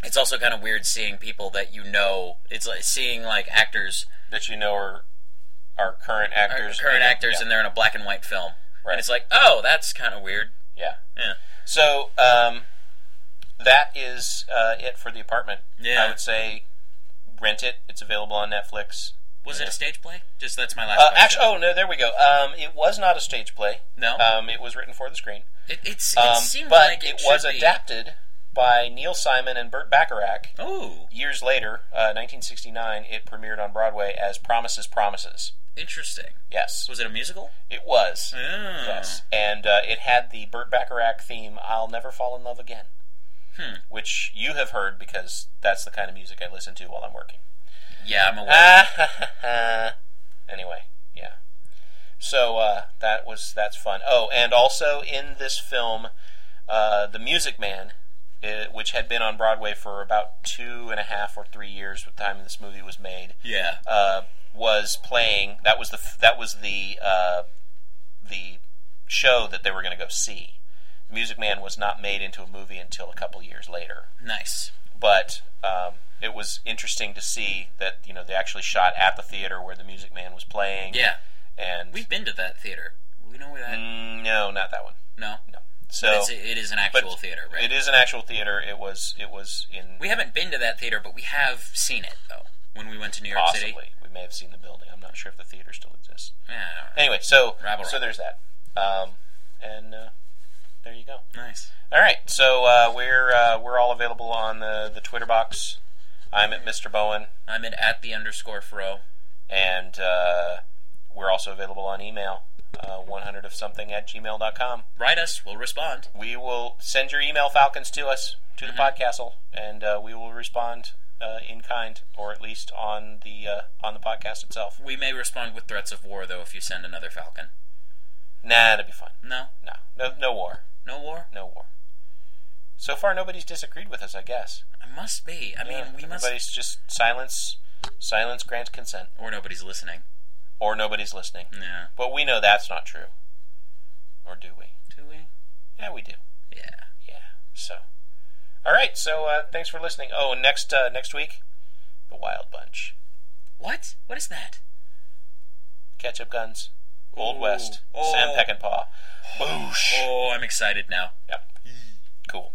it's also kind of weird seeing people that you know. It's like seeing like actors, that you know are are current or actors. current and- actors, yeah. and they're in a black and white film. Right. And it's like, oh, that's kind of weird. Yeah. Yeah. So, um, that is uh, it for the apartment. Yeah. I would say rent it. It's available on Netflix. Was it Yeah. a stage play? Just that's my last. Uh, question. actually, oh no, there we go. Um, it was not a stage play. no. Um, it was written for the screen, it, it's, Oh. it um, seems but like it, it should was be. adapted by Neil Simon and Burt Bacharach. Oh, Years later, uh, 1969, it premiered on Broadway as Promises, Promises. interesting. Yes, Was it a musical? it was. Oh. Yes, and uh, it had the Burt Bacharach theme, "I'll Never Fall in Love Again," Hmm. which you have heard because that's the kind of music I listen to while I'm working. Oh. Yeah, I'm aware. Ah, anyway, yeah. So uh, that was that's fun. Oh, and also in this film, uh, the Music Man, uh, which had been on Broadway for about two and a half or three years, by the time this movie was made, yeah. uh, was playing. That was the f- that was the uh, the show that they were going to go see. The Music Man was not made into a movie until a couple years later Nice. but um, it was interesting to see that you know they actually shot at the theater where the Music Man was playing. Yeah, and we've been to that theater. We know where that. Mm, no, not that one. No, So it's, it is an actual but theater, right? it is an actual theater. It was it was in We haven't been to that theater, but we have seen it though. When we went to New York possibly City, we may have seen the building. I'm not sure if the theater still exists. yeah, all right. Anyway, so Rabble so rousing. there's that, um, and uh, there you go. nice. All right, so uh, we're uh, we're all available on the the Twitter box. I'm at Mr. Bowen. I'm at, at the underscore fro. and uh, we're also available on email uh, 100 of something at gmail.com Write us, we'll respond. we will send your email falcons to us to the podcastle and uh, we will respond uh, in kind or at least on the uh, on the podcast itself We may respond with threats of war though if you send another Falcon. nah that'd be fun No, no no no war no war. no war so far nobody's disagreed with us i guess I must be. I mean, we must. everybody's just silence silence grants consent Or nobody's listening. or nobody's listening No. but we know that's not true or do we Do we? yeah we do Yeah. yeah. So, all right. So uh, thanks for listening. Oh, and next uh, next week, the Wild Bunch, What? What is that? Ketchup Guns, Old Ooh. West, Oh. Sam Peckinpah, Boosh. Oh, I'm excited now. Cool.